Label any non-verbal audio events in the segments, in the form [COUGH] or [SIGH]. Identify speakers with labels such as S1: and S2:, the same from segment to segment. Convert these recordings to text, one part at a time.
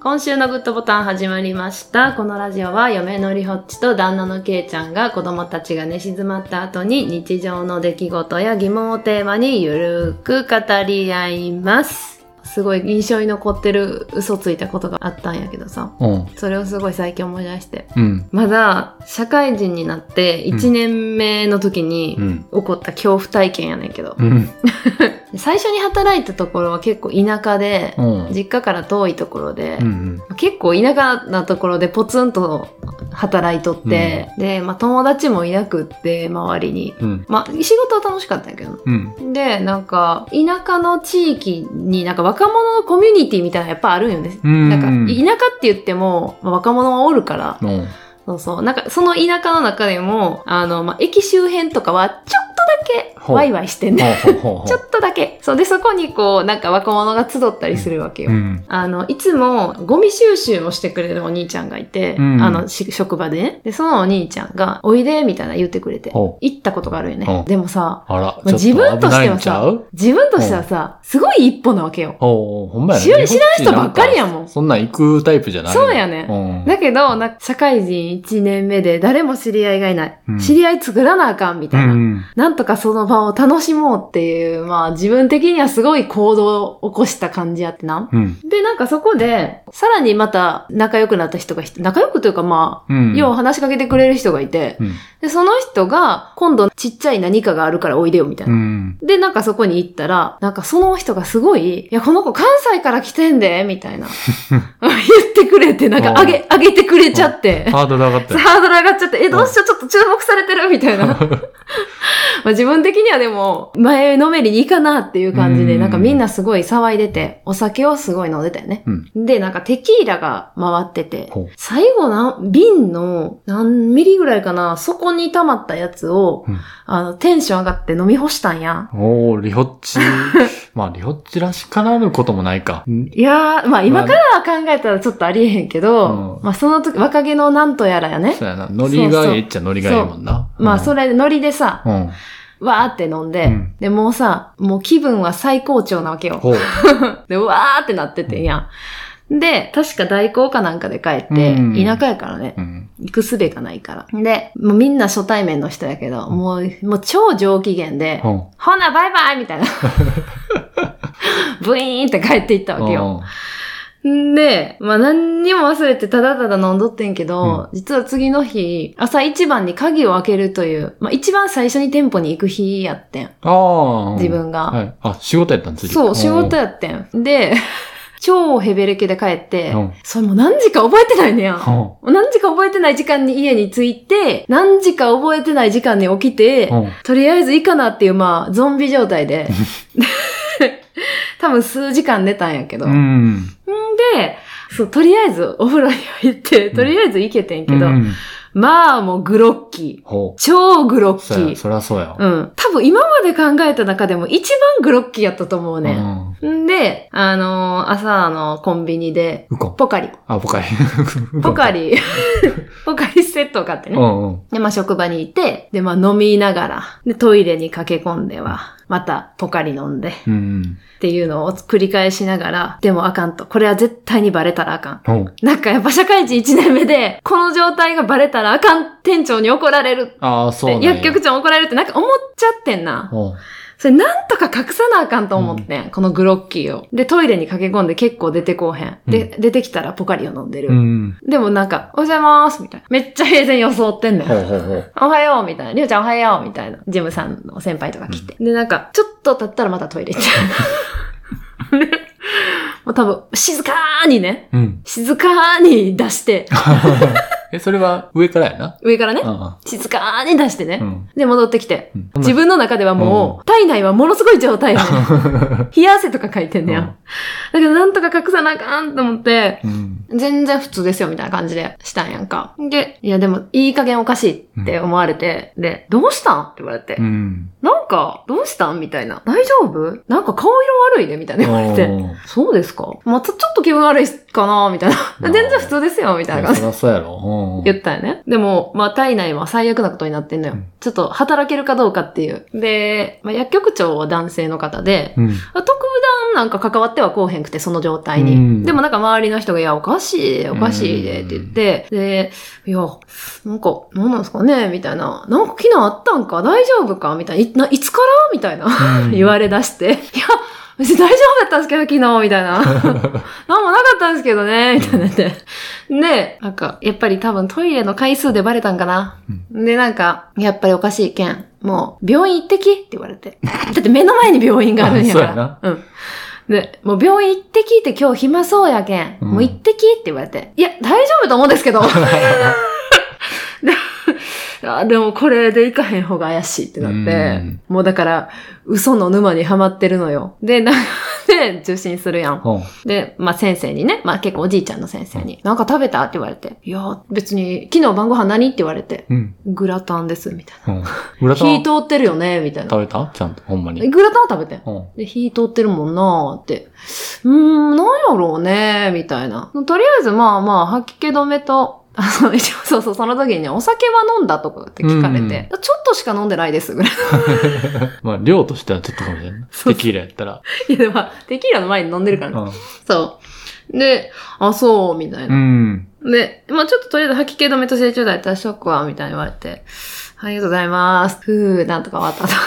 S1: 今週のグッドボタン始まりました。このラジオは嫁のりほっちと旦那のけいちゃんが子供たちが寝静まった後に日常の出来事や疑問をテーマにゆるく語り合います。すごい印象に残ってる嘘ついたことがあったんやけどさ。
S2: うん。
S1: それをすごい最近思い出して。
S2: うん。
S1: まだ社会人になって1年目の時に
S2: うん。
S1: 起こった恐怖体験やねんけど
S2: う。ん。
S1: 最初に働いたところは結構田舎で、
S2: うん。
S1: 実家から遠いところで、
S2: うん。
S1: 結構田舎なところでポツンと働いとって、で、まあ、友達もいなくって周りに。
S2: うん。
S1: まあ、仕事は楽しかったんやけどな
S2: うん。
S1: で、なんか、田舎の地域になんか若者のコミュニティみたいなのやっぱあるんよね。
S2: うん。
S1: なんか、田舎って言っても、まあ若者はおるから、
S2: うん。
S1: そうそう。なんか、その田舎の中でも、あの、まあ、駅周辺とかは、ちょっとだけ、
S2: ほう
S1: ワイワイしてんね。
S2: ほうほうほうほう
S1: ちょっとだけ。そう。で、そこにこう、なんか若者が集ったりするわけよ。
S2: うん。
S1: あの、いつもゴミ収集をしてくれるお兄ちゃんがいて、
S2: うん
S1: あの、し職場でね。で、そのお兄ちゃんが、おいで、みたいな言ってくれて、
S2: ほ
S1: 行ったことがあるよ
S2: ほ
S1: ね。
S2: う
S1: でもさ、
S2: あら、
S1: まあ
S2: ちょっ
S1: 自分と
S2: 危
S1: し
S2: な
S1: て
S2: い
S1: は
S2: ん
S1: さ
S2: ちゃう
S1: 自分としてはさ、すごい一歩なわけよ。
S2: ほう、ほんまや
S1: 知らん知
S2: ら
S1: 人ばっかりやもん
S2: そんなん行くタイプじゃない
S1: そうやね
S2: うん。
S1: だけど、なんか社会人1年目で誰も知り合いがいない。
S2: うん
S1: 知り合い作らなあかんみ
S2: う
S1: たいな。
S2: ん。
S1: なんとかその場を楽しもうっていう、まあ自分的にはすごい行動を起こした感じやってな。
S2: うん。
S1: で、なんかそこで、さらにまた仲良くなった人が一人、仲良くというかま
S2: う
S1: あ、
S2: ん。
S1: よう話しかけてくれる人がいて、
S2: うん。
S1: で、その人が、今度ちっちゃい何かがあるからおいでよみたいうな。
S2: ん。
S1: で、なんかそこに行ったら、なんかその人がすごい、いや、この子関西から来てんで、みたい
S2: [LAUGHS]
S1: な。言ってくれて、なんかあげ、あげてくれちゃって。
S2: ハードル上がったよ。
S1: ハードル上がっちゃって、え、どうしよう、ちょっと注目されてるみたいな。 [LAUGHS] まあ自分的にはでも、前のめりにいいかなっていう感じ
S2: う
S1: で、
S2: ん
S1: なんかみんなすごい騒いでて、お酒をすごい飲んでたよね。
S2: うん
S1: で、なんかテキーラが回ってて
S2: ほう、
S1: 最後な、瓶の何ミリぐらいかな、そこに溜まったやつを、
S2: うん
S1: あの、テンション上がって飲み干したんや。
S2: おー、リホッチ。まあ、リホッチらしからぬこともないか。うん
S1: いやー、まあ今から考えたらちょっとありえへんけど、
S2: うん
S1: まあその時、若気のなんとやらやね
S2: そ。うやな。ノリがええっちゃノリがええもんな。
S1: まあそ
S2: れ。
S1: れ、ノリでさ、
S2: うん。
S1: わーって飲んで、
S2: うん
S1: で、もうさ、もう気分は最高潮なわけよ。
S2: ほう。
S1: で、わーってなっててんやん。で、確か代行かなんかで帰って、
S2: うん
S1: 田舎やからね
S2: う、ん。
S1: 行くすべがないから。で、もうみんな初対面の人やけど、もう、もう超上機嫌で、
S2: ほう。
S1: ほな、バイバイみたいな。
S2: [LAUGHS]
S1: ブイーンって帰っていったわけよ。んで、まあ何にも忘れてただただ飲んどってんけど、実は次の日、朝一番に鍵を開けるという、まあ一番最初に店舗に行く日やってん。
S2: ああ。
S1: 自分が。
S2: はい。あ、仕事やったん次。
S1: そう、仕事
S2: や
S1: やってん。で、 [LAUGHS] 超ヘベレケで帰って
S2: うん、
S1: それもう何時か覚えてないねや。も
S2: ほ
S1: う何時か覚えてない時間に家に着いて、何時か覚えてない時間に起きて
S2: う。、ほう
S1: とりあえずいいかなっていう、まあ、ゾンビ状態で。 [LAUGHS] 多分数時間寝たんやけど。
S2: うん。
S1: で、そう、とりあえずお風呂に入って、とりあえず行けてんけど、
S2: うん
S1: まあもうグロッキー。
S2: ほう。
S1: 超グロッ
S2: そり
S1: キ
S2: ゃ
S1: ー。
S2: そりゃそうやわ。
S1: うん。多分今まで考えた中でも一番グロッキーやったと思うね。
S2: うん。
S1: んで、あのー朝、あの、コンビニで、
S2: ウコン。
S1: ポカリ、[LAUGHS]
S2: あ、ポカリ。
S1: ポカ
S2: リ。
S1: リ、 [LAUGHS] ポカリセットを買って
S2: う
S1: ね。
S2: んうん。
S1: で、まあ、職場にいて、で、まあ、飲みながら、で、トイレに駆け込んでは、また、ポカリ飲んで、っ
S2: うん。
S1: ていうのを繰り返しながら、でもあかんと。これは絶対にバレたらあかん。
S2: ほう。
S1: なんかやっぱ社会人1年目で、この状態がバレたらあかん、店長に怒られる
S2: ああ、そうな
S1: っ
S2: ん
S1: て、
S2: や
S1: 薬局長に怒られるってなんか思っちゃってんな。
S2: ほう。
S1: それなんとか隠さなあかんと思ってん、このグロッキーを。で、トイレに駆け込んで結構出てこうへん。で、出てきたらポカリを飲んでる。
S2: うん。
S1: でもなんか、おはようございますみたいな。めっちゃ平然装ってんねん。
S2: ほうほうほう。
S1: おはようみたいな。りょうちゃんおはようみたいな。ジムさんの先輩とか来て。で、なんか、ちょっと経ったらまたトイレ行っちゃう。 [LAUGHS] でもう多分、静かーにね。
S2: うん。 [LAUGHS]
S1: 静かーに出 [LAUGHS] して。
S2: え、それは上からやな
S1: 上からね。
S2: あ
S1: 静かーに出してね。
S2: あ。うん。
S1: で、戻ってきて。
S2: うん
S1: 自分の中ではも
S2: う
S1: う、体内はものすごい状態やねん冷や汗とか書いてんねや。
S2: うん
S1: だけど、なんとか隠さなあかんと思って、
S2: うん。
S1: 全然普通ですよ、みたいな感じでしたんやんか。で、いやでも、いい加減おかしいって思われて、で、どうしたんって言われて、 [LAUGHS]
S2: うん。
S1: なんか、どうしたんみたいな。大丈夫なんか顔色悪いねみたいな言われて。
S2: うん
S1: そうですかまたちょっと気分悪いかなみたいな。全然普通ですよみたいな感
S2: そ
S1: じ。
S2: りゃそうやろ。うん
S1: 言ったよね。でも、まあ、体内は最悪なことになってんのよ。
S2: うん
S1: ちょっと働けるかどうかっていう。で、まあ、薬局長は男性の方で、
S2: うん。
S1: 特段なんか関わってはこうへんくて、その状態に。
S2: うん
S1: でもなんか周りの人が、いや、おかしいで、おかしいで、って言って、で、いや、なんか、何なんですかねみたいな。なんか昨日あったんか大丈夫かみたいな。いないつからみたいな。言われ
S2: れ
S1: 出して。いや、別に大丈夫だったんですけど、昨日、みたいな。
S2: [LAUGHS]
S1: なんもなかったんですけどね、みたいなで。で、なんか、やっぱり多分トイレの回数でバレたんかな。で、なんか、やっぱりおかしいけん。もう、病院行ってきって言われて。だって目の前に病院があるんやから。
S2: あそうや
S1: うん。で、もう病院行ってきって今日暇そうやけん。
S2: うん
S1: もう行ってきって言われて。いや、大丈夫と思うんです
S2: [LAUGHS]
S1: けど。あでもこれで行かへん方が怪しいってなって、
S2: うん
S1: もうだから、嘘の沼にはまってるのよ。で、なんか、で、受診するやん。で、まあ先生にね、まあ結構おじいちゃんの先生に、なんか食べたって言われて、いや、別に、昨日晩ご飯何って言われて、
S2: うん。
S1: グラタンです、みたい
S2: うん。裏
S1: な。
S2: 玉
S1: 火通ってるよね、みたいな。
S2: 食べたちゃんと、ほんまに。
S1: グラタンは食べてん。
S2: うん。
S1: で、火通ってるもんなーって。うーん、なんやろうねー、みたいな。とりあえず、まあまあ、吐き気止めと、あの、一応そうそう、その時にね、お酒は飲んだとかって聞かれ
S2: うん
S1: て、ちょっとしか飲んでないです、ぐらい。
S2: まあ、量としてはちょっとかもしれんない。
S1: そう
S2: テキーラやったら。
S1: いや、でも、まあテキーラの前に飲んでるからね。
S2: うん
S1: そう。で、あ、そう、みたいな
S2: う。ん。
S1: で、まあちょっととりあえず吐き気止めと成長剤出しとくわ、みたいに言われて、はいありがとうございます。ふー、なんとか終わったと。 [LAUGHS]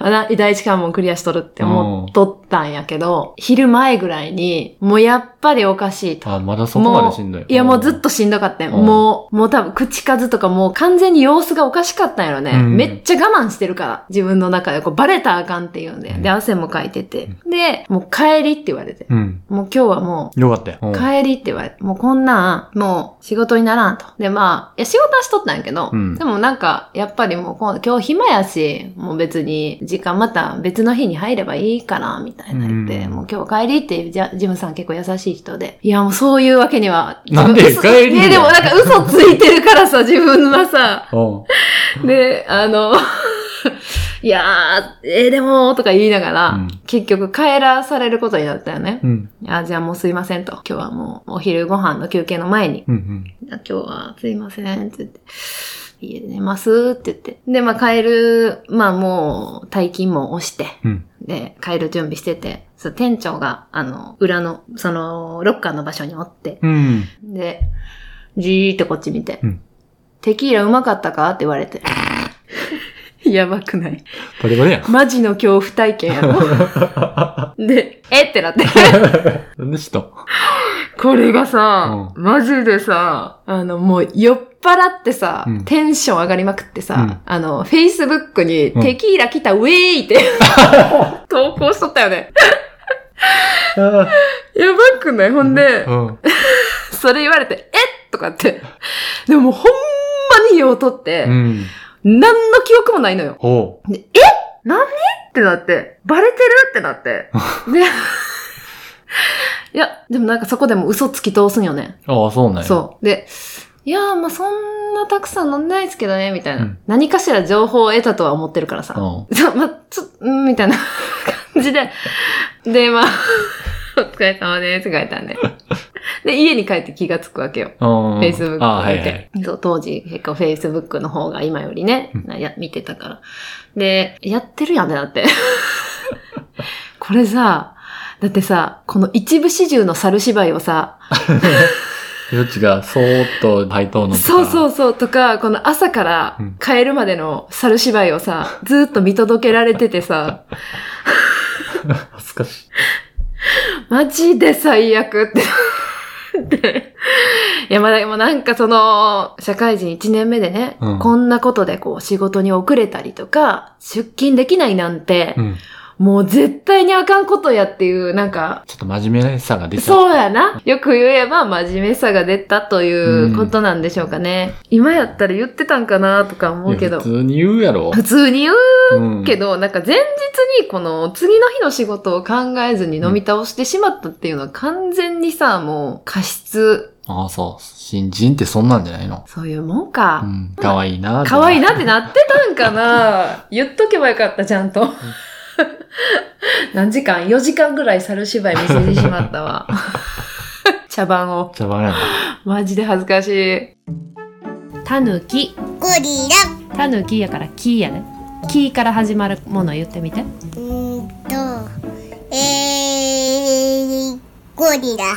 S1: まあな第一関門クリアしとるって思っとったんやけど、昼前ぐらいに、もうやっぱりおかしいと。
S2: あ、まだそこまでしんどい。
S1: いやもうずっとしんどかったん。
S2: うん
S1: もう、もう多分口数とかもう完全に様子がおかしかったんやろね。
S2: うん
S1: めっちゃ我慢してるから。自分の中でこうバレたらあかんっていうんで。で、汗もかいてて。で、もう帰りって言われて。
S2: うん。
S1: もう今日はもう
S2: よかったよ。うん
S1: 帰りって言われて、もうこんなん、もう仕事にならんと。で、まあ、いや、仕事はしとったんやけど、
S2: うん
S1: でもなんか、やっぱりもうこう今日暇やし、もう別に時間また別の日に入ればいいから、みたいな言って、
S2: うん
S1: もう今日帰りって、じゃ、ジムさん結構優しい人で。いや、もうそういうわけには。
S2: なんで
S1: 嘘
S2: 帰り
S1: ね、でもなんか嘘ついてるからさ、自分はさ。
S2: うん。
S1: で、あの、 [LAUGHS] いやー、えーでも、とか言いながら、
S2: うん
S1: 結局帰らされることになったよね。
S2: うん。
S1: あ、じゃあもうすいませんと。今日はもうお昼ご飯の休憩の前に、
S2: うん。
S1: あ今日はすいませんって言って、家で寝ますって言って。で、まあ帰る、まあもう退勤も押して、
S2: うん。
S1: で、帰る準備してて、そう店長が、あの、裏の、その、ロッカーの場所におって、
S2: うん。
S1: で、じーってこっち見て、
S2: うん
S1: テキーラうまかったかって言われて。 [LAUGHS] やばくない。
S2: バレバレやん。
S1: マジの恐怖体験や [LAUGHS] ろ。で、えってなって。
S2: [LAUGHS] なんでした
S1: これがさ、マジでさ、あの、もう酔っ払ってさ、
S2: うん
S1: テンション上がりまくってさ、
S2: うん
S1: あの、Facebook に
S2: うん
S1: テキーラ来たウェイ
S2: [LAUGHS]
S1: って、投稿しとったよね。
S2: あ
S1: やばくないほんで
S2: ー、うん。
S1: それ言われて、えとかって。でももうほんまに酔うとって、
S2: うん。
S1: 何の記憶もないのよ。
S2: ほう。
S1: ってなって、バレてるってな
S2: [LAUGHS]
S1: って。で、いや、でもなんかそこでも嘘つき通すんよね。
S2: ああ、そうなんや。
S1: そう。で、いやー、まあそんなたくさん飲んでないですけどね、みたいな。
S2: うん
S1: 何かしら情報を得たとは思ってるからさ。
S2: うん。
S1: [LAUGHS] そう、まあ、ちょっと、うんみたいな [LAUGHS] 感じで。で、まあ、 [LAUGHS] お疲れ様です、書いたんで。で、家に帰って気がつくわけよ。
S2: うん。
S1: Facebook
S2: ああ、は
S1: 見
S2: いは
S1: て
S2: い。。
S1: そう、当時結構 Facebook の方が今よりね、
S2: う
S1: や見てたから。で、やってるやんってな
S2: [LAUGHS]
S1: って。これさ、だってさ、この一部始終の猿芝居をさ、
S2: よちが、そーっと配当のとか。。
S1: そうそううそう。とか、この朝から
S2: うん
S1: 帰るまでの猿芝居をさ、ずーっと見届けられてて
S2: [LAUGHS]
S1: さ、
S2: 恥ずかしい。
S1: マジで最悪って。でいや、まあでもなんかその、社会人1年目でね、
S2: うん
S1: こんなことでこう仕事に遅れたりとか、出勤できないなんて
S2: う、ん。
S1: もう絶対にあかんことやっていう、なんか、
S2: ちょっと真面目さが出ちゃう。
S1: そうやな。よく言えば真面目さが出たということなんでしょうかね。今やったら言ってたんかなとか思うけ
S2: い
S1: ど
S2: や普。通に言うやろ。
S1: 普通に言う
S2: うん
S1: けど、なんか前日にこの次の日の仕事を考えずに飲み倒してしまったっていうのは完全にさ、もう過失
S2: ああ、そう。新人ってそんなんじゃないの
S1: そういうもん
S2: う
S1: か。
S2: ん。かわいいな。
S1: 可愛いなってなってたんかな言っとけばよかった、ちゃんと。何時間 ?4 時間ぐらい猿芝居見せてしまった [LAUGHS] わ。茶番を。
S2: 茶番やな。
S1: マジで恥ずかしい。タヌキ。
S3: ゴリラ。
S1: タヌキやからキーやね。キーから始まるもの言ってみて。
S3: うーんと、えー、ゴリラ。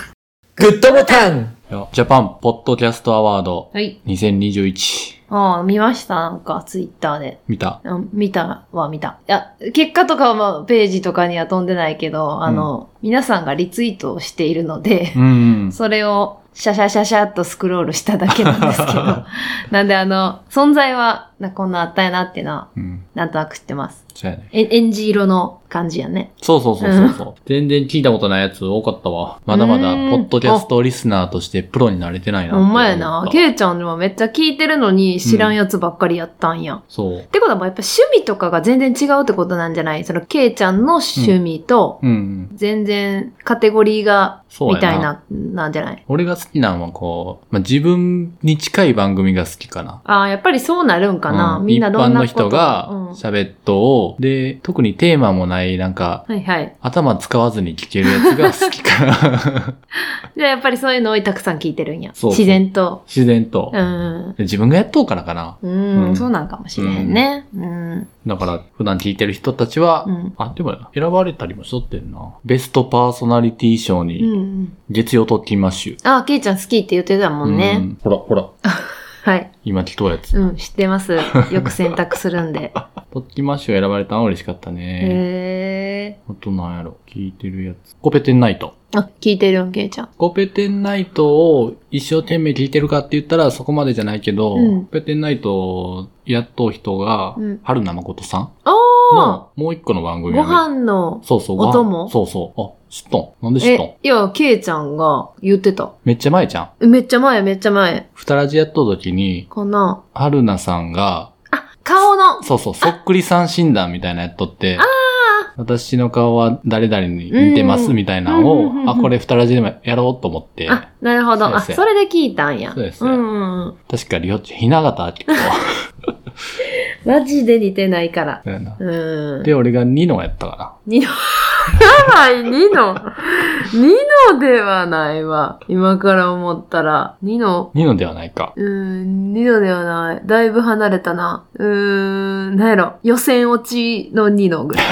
S2: グッドボタンジャパンポッドキャストアワード
S1: はい。
S2: 2021。
S1: ああ、見ましたなんか、ツイッターで。
S2: 見た
S1: あ見たは見た。いや、結果とかはページとかには飛んでないけど、あの、皆さんがリツイートをしているので、
S2: うん。
S1: それをシャシャシャシャっとスクロールしただけなんですけ [LAUGHS] ど。なんであの、存在はなこんなあったやなっていうのは、
S2: うん。
S1: なんとなく知ってます。
S2: そうやね。
S1: え、エンジ色の感じやね。
S2: そうそうそうそうそう。全然聞いたことないやつ多かったわ。まだまだ、
S1: う
S2: ポ
S1: ーん
S2: ッドキャストリスナーとしてプロになれてないな。
S1: ほんまやな。
S2: け
S1: ケイちゃんでもめっちゃ聞いてるのに知らんやつばっかりやったんや。っ
S2: そう。
S1: てことはもうやっぱ趣味とかが全然違うってことなんじゃないそのケイちゃんの趣味と、
S2: うんうん。
S1: 全然カテゴリーが、
S2: そうや
S1: み
S2: な。
S1: たいな、なんじゃない
S2: 俺が好きなのはこう、まあ、自分に近い番組が好きかな。
S1: ああ、やっぱりそうなるんかな、
S2: う
S1: みんなどんなこ
S2: 一般の人
S1: と
S2: が
S1: うん
S2: 喋っとを、で、特にテーマもない、なんか、
S1: はいはい。
S2: 頭使わずに聞けるやつが好き
S1: [LAUGHS]
S2: かな。
S1: じゃあやっぱりそういうのをたくさん聞いてるんや。
S2: そうそう
S1: 自然と。
S2: 自然と。
S1: うん。
S2: で自分がやっとうからかな。
S1: うん、
S2: うん
S1: そうなんかもしれへんね。うん。
S2: だから、普段聞いてる人たちは、
S1: うん。
S2: あ、でもな、選ばれたりもしとってるな。ベストパーソナリティ賞
S1: うん
S2: に、
S1: うん。
S2: 月曜特勤マッシュ。
S1: ああ、ケイちゃん好きって言ってたもん
S2: う
S1: ね。
S2: んほら、ほら、
S1: はい。
S2: 今聞とうやつ。
S1: うん、知ってます。よく選択するん
S2: [LAUGHS]
S1: で。
S2: 特勤マッシュ選ばれたのは嬉しかったね。
S1: へえ。
S2: あとなんやろ、聞いてるやつ。コペテンナイト。
S1: あ、聞いてるん、ケイちゃん。
S2: コペテンナイトを一生懸命聞いてるかって言ったらそこまでじゃないけど、
S1: うん
S2: コペテンナイトをやっとう人が、
S1: うん
S2: 春名誠さん
S1: ああ
S2: のもう一個の番
S1: ご
S2: 組をね
S1: 飯の。
S2: そうそう。
S1: お
S2: ご飯
S1: 供
S2: そうそう。あ、知っとん。なんで知っとん
S1: え、いや、ケイちゃんが言ってた。
S2: めっちゃ前じゃん。
S1: めっちゃ前、めっちゃ前。
S2: 二ラジやっとう時に、
S1: かな。
S2: 春名さんが、
S1: あ、顔の。
S2: そうそう、そっくりさん診断みたいなやっとって、私の顔は誰々に似てま
S1: う
S2: す
S1: ん
S2: みたいな
S1: う
S2: の
S1: んう
S2: を
S1: んうんう、ん
S2: あ、これ二ラジでもやろうと思って、
S1: あ、なるほど。あ、
S2: そうです
S1: それで聞いたんや。
S2: そうです
S1: うんうんうん。
S2: 確かリオッチ、雛形あ
S1: [LAUGHS]
S2: きこ。
S1: マジで似てないから。
S2: だよな
S1: うん。
S2: で、俺がニノやったかな。
S1: ニノ、やばい、ニノ。ニノではないわ。今から思ったら。ニノ。
S2: ニノではないか。
S1: うーん、ニノではない。だいぶ離れたな。うーん、なんやろ。予選落ちのニノぐらい。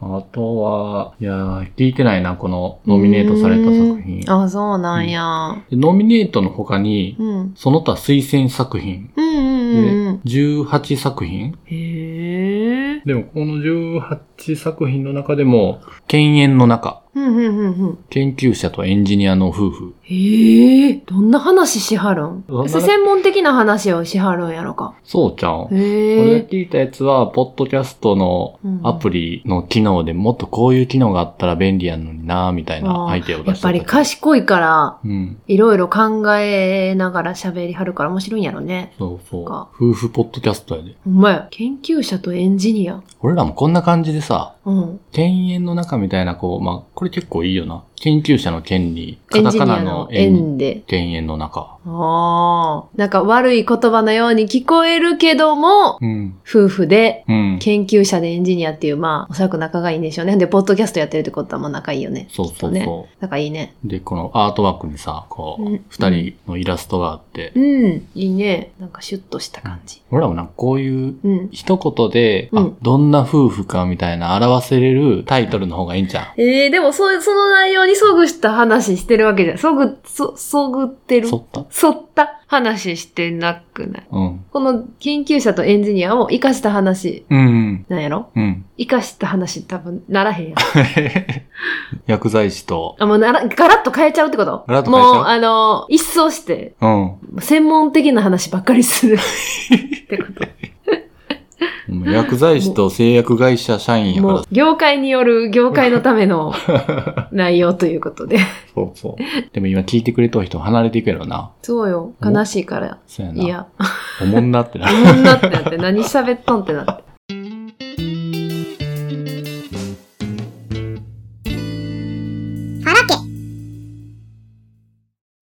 S2: あとは、いやー、聞いてないな、このノミネートされた作品。で
S1: あ、そうなんや。
S2: ノミネートの他に、
S1: うん。
S2: その他推薦作品。
S1: うんうん
S2: で
S1: うんうん。
S2: 18作品
S1: へえ。
S2: でも、この18作品の中でも、犬猿の中、
S1: うんうんうんうん。
S2: 研究者とエンジニアの夫婦。
S1: へえ。どんな話しはるん
S2: どんな
S1: そ専門的な話をしはるんやろか。
S2: そうちゃん。
S1: へ
S2: 俺
S1: え
S2: が。聞いたやつは、ポッドキャストのアプリの機能でもっとこういう機能があったら便利やのになみたいなアイデアを
S1: や
S2: 出
S1: っ
S2: した
S1: ぱり賢いから、
S2: うん。
S1: いろいろ考えながら喋りはるから面白いんやろね。
S2: そうそう。
S1: か
S2: 夫婦ポッドキャストやで。
S1: ほんまや。研究者とエンジニア。
S2: 俺らもこんな感じでさ、
S1: うん。
S2: 犬猿の中みたいな、こう、まあ、これ結構いいよな。研究者の剣に、
S1: エ
S2: カ
S1: ン
S2: タ
S1: ジ
S2: カ
S1: ニ
S2: ナ
S1: アの
S2: の円、
S1: 円で。
S2: 犬猿の中。
S1: ああ。なんか悪い言葉のように聞こえるけども、
S2: うん。
S1: 夫婦で、
S2: うん。
S1: 研究者でエンジニアっていう、まあ、おそらく仲がいいんでしょうね。で、ポッドキャストやってるってことはもう仲いいよね。
S2: そう
S1: きっ
S2: そ
S1: と
S2: う
S1: ね。
S2: そ
S1: 仲いいね。
S2: う。で、このアートワークにさ、こ
S1: う、
S2: うん二人のイラストがあって、
S1: うん。いいね。なんかシュッとした感じ。
S2: 俺らもなんかこういう、
S1: うん。
S2: 一言で、
S1: う
S2: あ
S1: ん、
S2: どんな夫婦かみたいな表せれるタイトルの方がいいんじゃん。
S1: えー、でも、そう、その内容にそぐした話してるわけじゃん。そぐ、そ、そぐってる。
S2: そった
S1: そった話してなくない。
S2: うん。
S1: この研究者とエンジニアを活かした話、
S2: うん。
S1: なんやろ
S2: うん。
S1: 活かした話多分ならへんやん。
S2: [LAUGHS] 薬剤師と、
S1: あ、もうなら、ガラッと変えちゃうってこと
S2: ガラッと変えちゃう
S1: もう、あの、一掃して、
S2: うん。
S1: 専門的な話ばっかりする。
S2: [LAUGHS]
S1: ってこと。
S2: 薬剤師と製薬会社社員やか
S1: も
S2: ら
S1: う、業界による業界のため
S2: [LAUGHS]
S1: の内容ということで。
S2: そうそう。でも今聞いてくれた人離れていくやろな。
S1: そうよ。悲しいから。
S2: そう [LAUGHS] やな。
S1: いや、
S2: おもんなってな
S1: お。もんなってなって、何喋っとんってなって。
S3: 原家。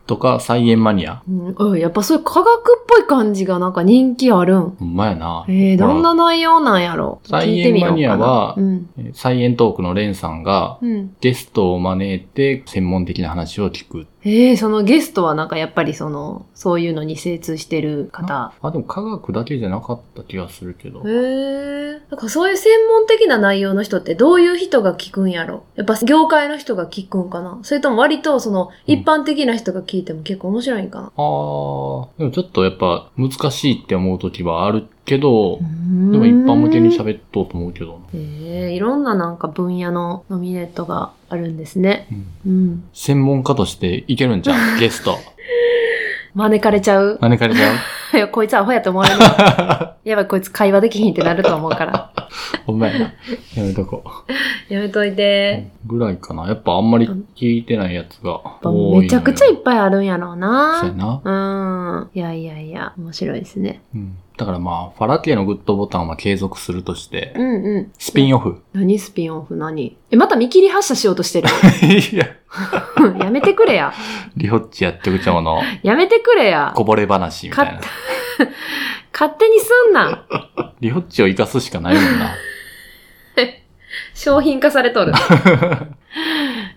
S2: とか、菜園マニア。
S1: うんうん、やっぱそういう科学っぽい感じがなんか人気あるん。
S2: ほんまやな。
S1: えー、
S2: ほら
S1: どんな内容なんやろ聞いてみようかな。
S2: 菜園マニアは
S1: うん。
S2: えー菜園トークのレンさんが、
S1: うん。
S2: ゲストを招いて専門的な話を聞く。
S1: えー、そのゲストはなんかやっぱりその、そういうのに精通してる方。
S2: あ、でも科学だけじゃなかった気がするけど
S1: へ。え。なんかそういう専門的な内容の人ってどういう人が聞くんやろやっぱ業界の人が聞くんかなそれとも割とその一般的な人が聞いても結構面白いんかな、
S2: あー、でもちょっとやっぱ難しいって思う時はあるけど、でも一般向けに喋っとうと思うけどな。
S1: えー、いろんななんか分野のノミネートがあるんですね。
S2: うん
S1: うん。
S2: 専門家としていけるん
S1: [LAUGHS]
S2: じゃん、ゲスト。
S1: 招かれちゃう。 [LAUGHS]
S2: 招かれちゃ
S1: い
S2: う
S1: や、こいつアホやと思
S2: [LAUGHS]
S1: われる。やばい、こいつ会話できひんってなると思うから。
S2: ほんま
S1: [LAUGHS]
S2: やな。やめとこ
S1: やめというて。。
S2: ぐらいかな。やっぱあんまり聞いてないやつが
S1: やっぱ
S2: 多い。
S1: めちゃくちゃいっ
S2: っ
S1: ぱいあるんやろう
S2: そうや
S1: な。
S2: な。
S1: うん。いやいやいや、面白いですね。
S2: うん。だからまあ、ファラ家のグッドボタンは継続するとして、
S1: うんうん。
S2: スピン
S1: [LAUGHS]
S2: オフ。 [LAUGHS]
S1: 何スピンオフ何え、また見切り発車しようとしてる。 [LAUGHS]
S2: いや、
S1: やめてくれや。
S2: リホッチやってくちゃ
S1: [LAUGHS]
S2: うの、
S1: やめてくれや
S2: こ。ぼれ話みたいな
S1: 勝。勝手にすん
S2: [LAUGHS]
S1: な。
S2: リホッチを生かすしかないも
S1: [LAUGHS]
S2: んな。
S1: 商品化され
S2: [LAUGHS]
S1: とる。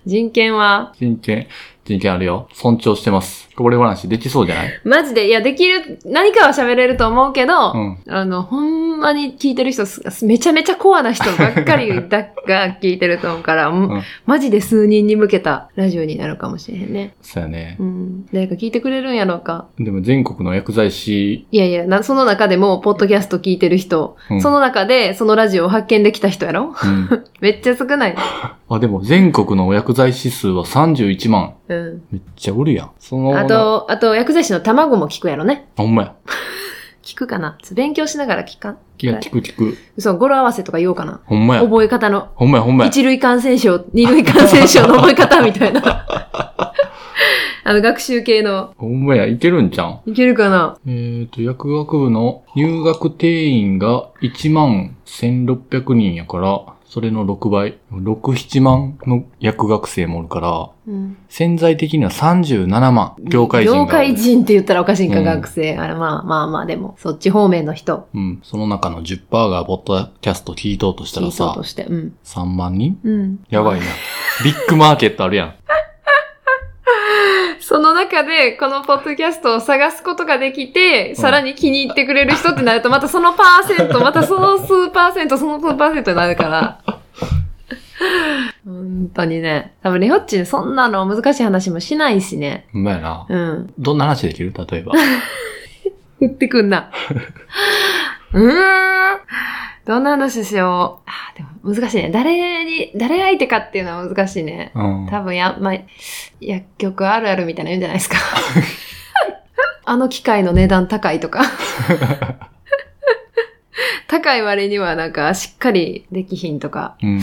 S1: 人権は、
S2: 人権、人権あるよ。尊重してます。こぼれ話できそうじゃない
S1: マジで、いや、できる、何かは喋れると思うけど、
S2: うん。
S1: あの、ほんまに聞いてる人す、めちゃめちゃコアな人ばっかりだが聞いてると思うから、
S2: ん
S1: マジで数人に向けたラジオになるかもしれへんね。
S2: そうやね
S1: う。ん。誰か聞いてくれるんやろうか。
S2: でも全国の薬剤師、
S1: いやいや、なその中でも、ポッドキャスト聞いてる人、
S2: うん
S1: その中で、そのラジオを発見できた人やろ
S2: うん。
S1: めっちゃ少ない。
S2: あ、でも全国のお薬剤師数は31万。
S1: うん。
S2: めっちゃおるやん。その、
S1: あと、あと、薬剤師の卵も聞くやろね。
S2: ほんまや。
S1: 聞くかな勉強しながら聞かん。
S2: いや、聞く聞く。
S1: 嘘、語呂合わせとか言おうかな。
S2: ほんまや。
S1: 覚え方の。
S2: ほんまやほんまや。
S1: 一類感染症、二類感染症の覚え方みた
S2: [LAUGHS]
S1: いな。あの、学習系の。
S2: ほんまや、いけるんじゃん。
S1: いけるかな
S2: えーと、薬学部の入学定員が1万1600人やから、それの6倍。6、7万の薬学生もおるから、
S1: うん。
S2: 潜在的には37万。業界人が。
S1: 業界人って言ったらおかしいんか、
S2: うん
S1: 学生。あれ、まあまあまあ、でも、そっち方面の人。
S2: うん。その中の10%がポッドキャスト聞いとうとした
S1: 聞
S2: ら
S1: いそう
S2: さ
S1: と、して。うん。
S2: 3万人
S1: うん。
S2: やばいな。ビッグマーケットあるやん。
S1: その中で、このポッドキャストを探すことができて、
S2: ん
S1: さらに気に入ってくれる人ってなると、またそのパーセント、またその数パーセント、その数パーセントになるから。
S2: [LAUGHS]
S1: 本当にね。多分、レオッチ、そんなの難しい話もしないしね。
S2: ほんまやな。
S1: うん。
S2: どんな話できる例
S1: [LAUGHS]
S2: えば。
S1: 振ってくん
S2: [LAUGHS]
S1: な。うーん。どんな話しよう。あーでも難しいね。誰に、誰相手かっていうのは難しいね。
S2: うん。
S1: 多分や、まあ、薬局あるあるみたいなの言うんじゃない
S2: [LAUGHS]
S1: ですか。あの機械の値段高いとか。高い割にはなんかしっかりできひんとか、
S2: うん。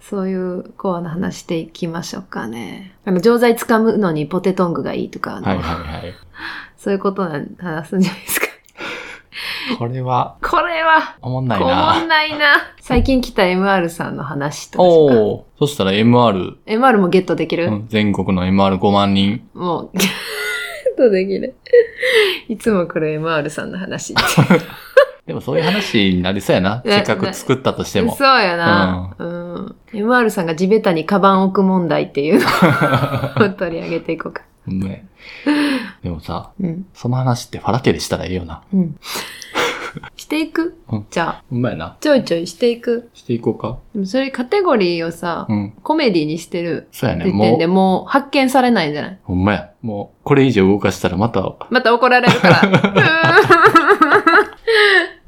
S1: そういうコアな話していきましょうかね。あの、錠剤掴むのにポテトングがいいとか、あの
S2: はいはいはい。
S1: そういうことなん話すんじゃないですか。
S2: これは、
S1: これは、
S2: おもんない
S1: こもん
S2: な。
S1: ないな。最近来た MR さんの話とかしようか。
S2: おおーそしたら MR、
S1: MR もゲットできる、
S2: うん全国の MR5 万人。
S1: もう、ゲットできる。いつもこれ MR さんの話。
S2: でもそういう話になりそうやな。
S1: ね
S2: せっかく作ったとしても
S1: そ。うやな、うん。MR さんが地べたにカバン置く問題っていう
S2: [LAUGHS]
S1: のを取り上げていこうか。
S2: ね。でもさ、
S1: うん。
S2: その話ってファラ家でしたらいいよな。
S1: うん。していく、
S2: うん
S1: じゃあ、
S2: ほんまやな。
S1: ちょいちょいしていく。
S2: していこうか。
S1: でもそれカテゴリーをさ、
S2: うん。
S1: コメディにしてる
S2: そうやね。
S1: 時
S2: もう
S1: 点で、もう発見されないんじゃない
S2: ほんまや。もう、これ以上動かしたらまた、
S1: また怒られるから。
S2: [LAUGHS]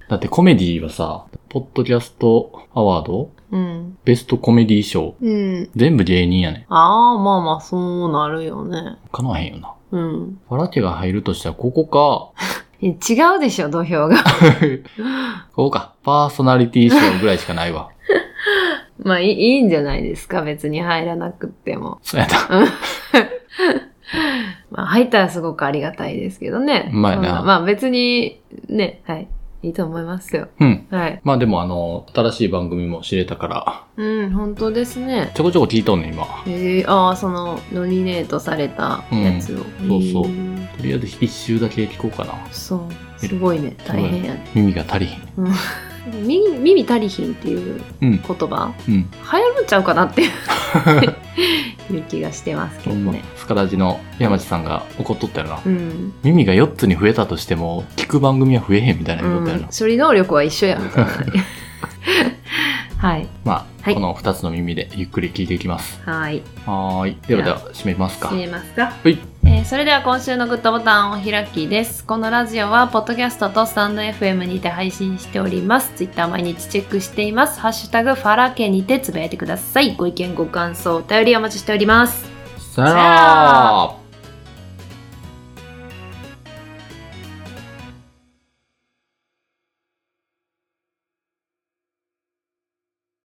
S2: だってコメディはさ、ポッドキャストアワード
S1: うん。
S2: ベストコメディ賞
S1: うん。
S2: 全部芸人やね
S1: ああ、まあまあ、そうなるよね。
S2: ん。かなわへんよな。
S1: うん。
S2: ファラ家が入るとしたらここか。 [LAUGHS]
S1: え違うでしょ、土俵が。 [LAUGHS]
S2: ここか。パーソナリティ賞ぐらいしかないわ。
S1: まあいい、いいんじゃないですか、別に入らなくっても。
S2: そうやな。
S1: まあ、入ったらすごくありがたいですけどね。
S2: うまいな
S1: そんまあ、別に、ね、はい。いいと思いますよ。
S2: うん。
S1: はい。
S2: まあでもあの、新しい番組も知れたから、
S1: うん、本当ですね。
S2: ちょこちょこ聞いとんねん、今。
S1: えー、ああ、その、ノミネートされたやつを。
S2: うんそうそう
S1: えー
S2: とりあえず一周だけ聞こうかな。
S1: そう。すごいね。大変やね。
S2: 耳が足りひん。
S1: 耳、耳足りひんっていう
S2: うん
S1: 言、葉、
S2: う
S1: 流
S2: ん。
S1: 行るんちゃうかな
S2: [LAUGHS]
S1: っていう気がしてますけ
S2: ほ
S1: ど
S2: んま
S1: ね。、
S2: スカラジの山地さんが怒っとったよな。
S1: うん。
S2: 耳が4つに増えたとしても、聞く番組は増えへんみたいなことやな。
S1: うん、処理能力は一緒やみたいなはい
S2: まあ、
S1: はい
S2: この2つの耳でゆっくり聞いていきます。
S1: はい
S2: はーい。ではでは、締めますか
S1: 閉。めますか
S2: はい
S1: えーそれでは今週のグッドボタンをお開きです。このラジオは、ポッドキャストとスタンド FM にて配信しております。ツイッター毎日チェックしています。ハッシュタグ、ファラケにてつぶやいてください。ご意見、ご感想、お便りお待ちしております。
S2: さよ
S1: よ
S2: な
S1: なら
S2: ら